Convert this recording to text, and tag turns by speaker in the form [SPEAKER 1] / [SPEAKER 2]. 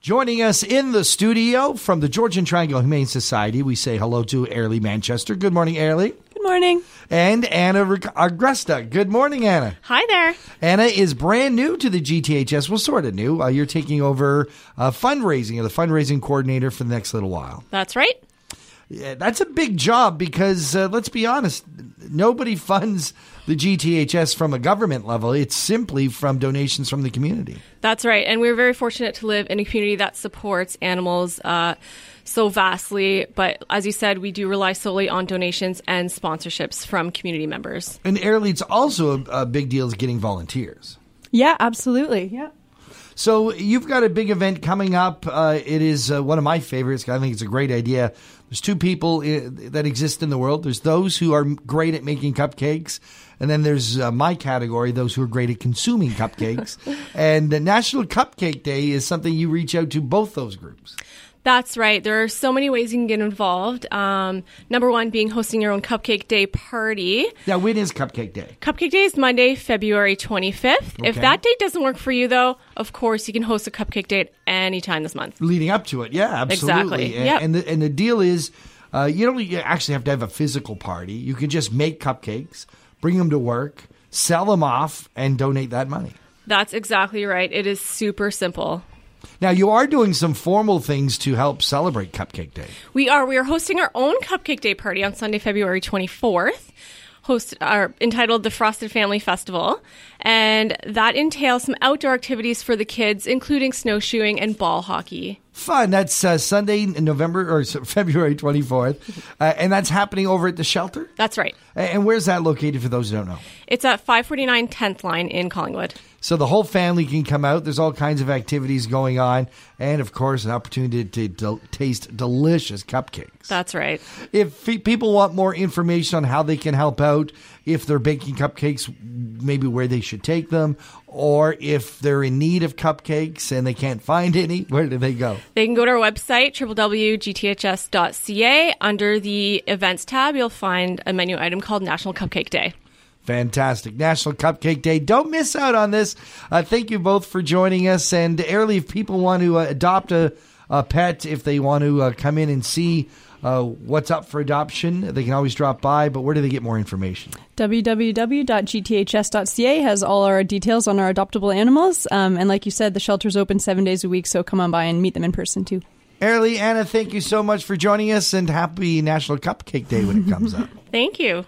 [SPEAKER 1] Joining us in the studio from the Georgian Triangle Humane Society, we say hello to Airlie Manchester. Good morning, Airlie.
[SPEAKER 2] Good morning.
[SPEAKER 1] And Anna Reg- Agresta. Good morning, Anna.
[SPEAKER 2] Hi there.
[SPEAKER 1] Anna is brand new to the GTHS. Well, sort of new. Uh, you're taking over uh, fundraising, or the fundraising coordinator for the next little while.
[SPEAKER 2] That's right.
[SPEAKER 1] Yeah, that's a big job because uh, let's be honest, nobody funds the GTHS from a government level. It's simply from donations from the community.
[SPEAKER 2] That's right. And we're very fortunate to live in a community that supports animals uh, so vastly. But as you said, we do rely solely on donations and sponsorships from community members.
[SPEAKER 1] And Airlead's also a, a big deal is getting volunteers.
[SPEAKER 3] Yeah, absolutely. Yeah.
[SPEAKER 1] So you've got a big event coming up. Uh, it is uh, one of my favorites. I think it's a great idea. There's two people i- that exist in the world. There's those who are great at making cupcakes, and then there's uh, my category, those who are great at consuming cupcakes. and the National Cupcake Day is something you reach out to both those groups.
[SPEAKER 2] That's right. There are so many ways you can get involved. Um, number one being hosting your own Cupcake Day party.
[SPEAKER 1] Now, when is Cupcake Day?
[SPEAKER 2] Cupcake Day is Monday, February 25th. If
[SPEAKER 1] Okay.
[SPEAKER 2] that date doesn't work for you, though, of course, you can host a Cupcake Day at any time this month.
[SPEAKER 1] leading up to it. Yeah, absolutely.
[SPEAKER 2] Exactly.
[SPEAKER 1] And,
[SPEAKER 2] Yep.
[SPEAKER 1] and the and the deal is, uh, you don't you actually have to have a physical party. You can just make cupcakes, bring them to work, sell them off, and donate that money.
[SPEAKER 2] That's exactly right. It is super simple.
[SPEAKER 1] Now you are doing some formal things to help celebrate Cupcake Day.
[SPEAKER 2] We are. We are hosting our own Cupcake Day party on Sunday, February 24th, host, are entitled the Frosted Family Festival. And that entails some outdoor activities for the kids, including snowshoeing and ball hockey.
[SPEAKER 1] Fun. That's uh, Sunday, November or so- February twenty fourth, uh, and that's happening over at the shelter.
[SPEAKER 2] That's right.
[SPEAKER 1] A- And where's that located for those who don't know?
[SPEAKER 2] It's at 549 10th Line in Collingwood.
[SPEAKER 1] So the whole family can come out. There's all kinds of activities going on, and of course, an opportunity to del- taste delicious cupcakes.
[SPEAKER 2] That's right.
[SPEAKER 1] if fe- people want more information on how they can help out if they're baking cupcakes maybe where they should take them or if they're in need of cupcakes and they can't find any where do they go
[SPEAKER 2] They can go to our website, www.gths.ca. Under the events tab, you'll find a menu item called National Cupcake Day.
[SPEAKER 1] fantastic national cupcake day don't miss out on this uh, thank you both for joining us and airly if people want to uh, adopt a, a pet if they want to uh, come in and see uh, what's up for adoption they can always drop by but where do they get more information
[SPEAKER 3] www.gths.ca has all our details on our adoptable animals. Um, and like you said, the shelter's open seven days a week, so come on by and meet them in person too.
[SPEAKER 1] Airly, Anna, thank you so much for joining us and happy National Cupcake Day when it comes up.
[SPEAKER 2] Thank you.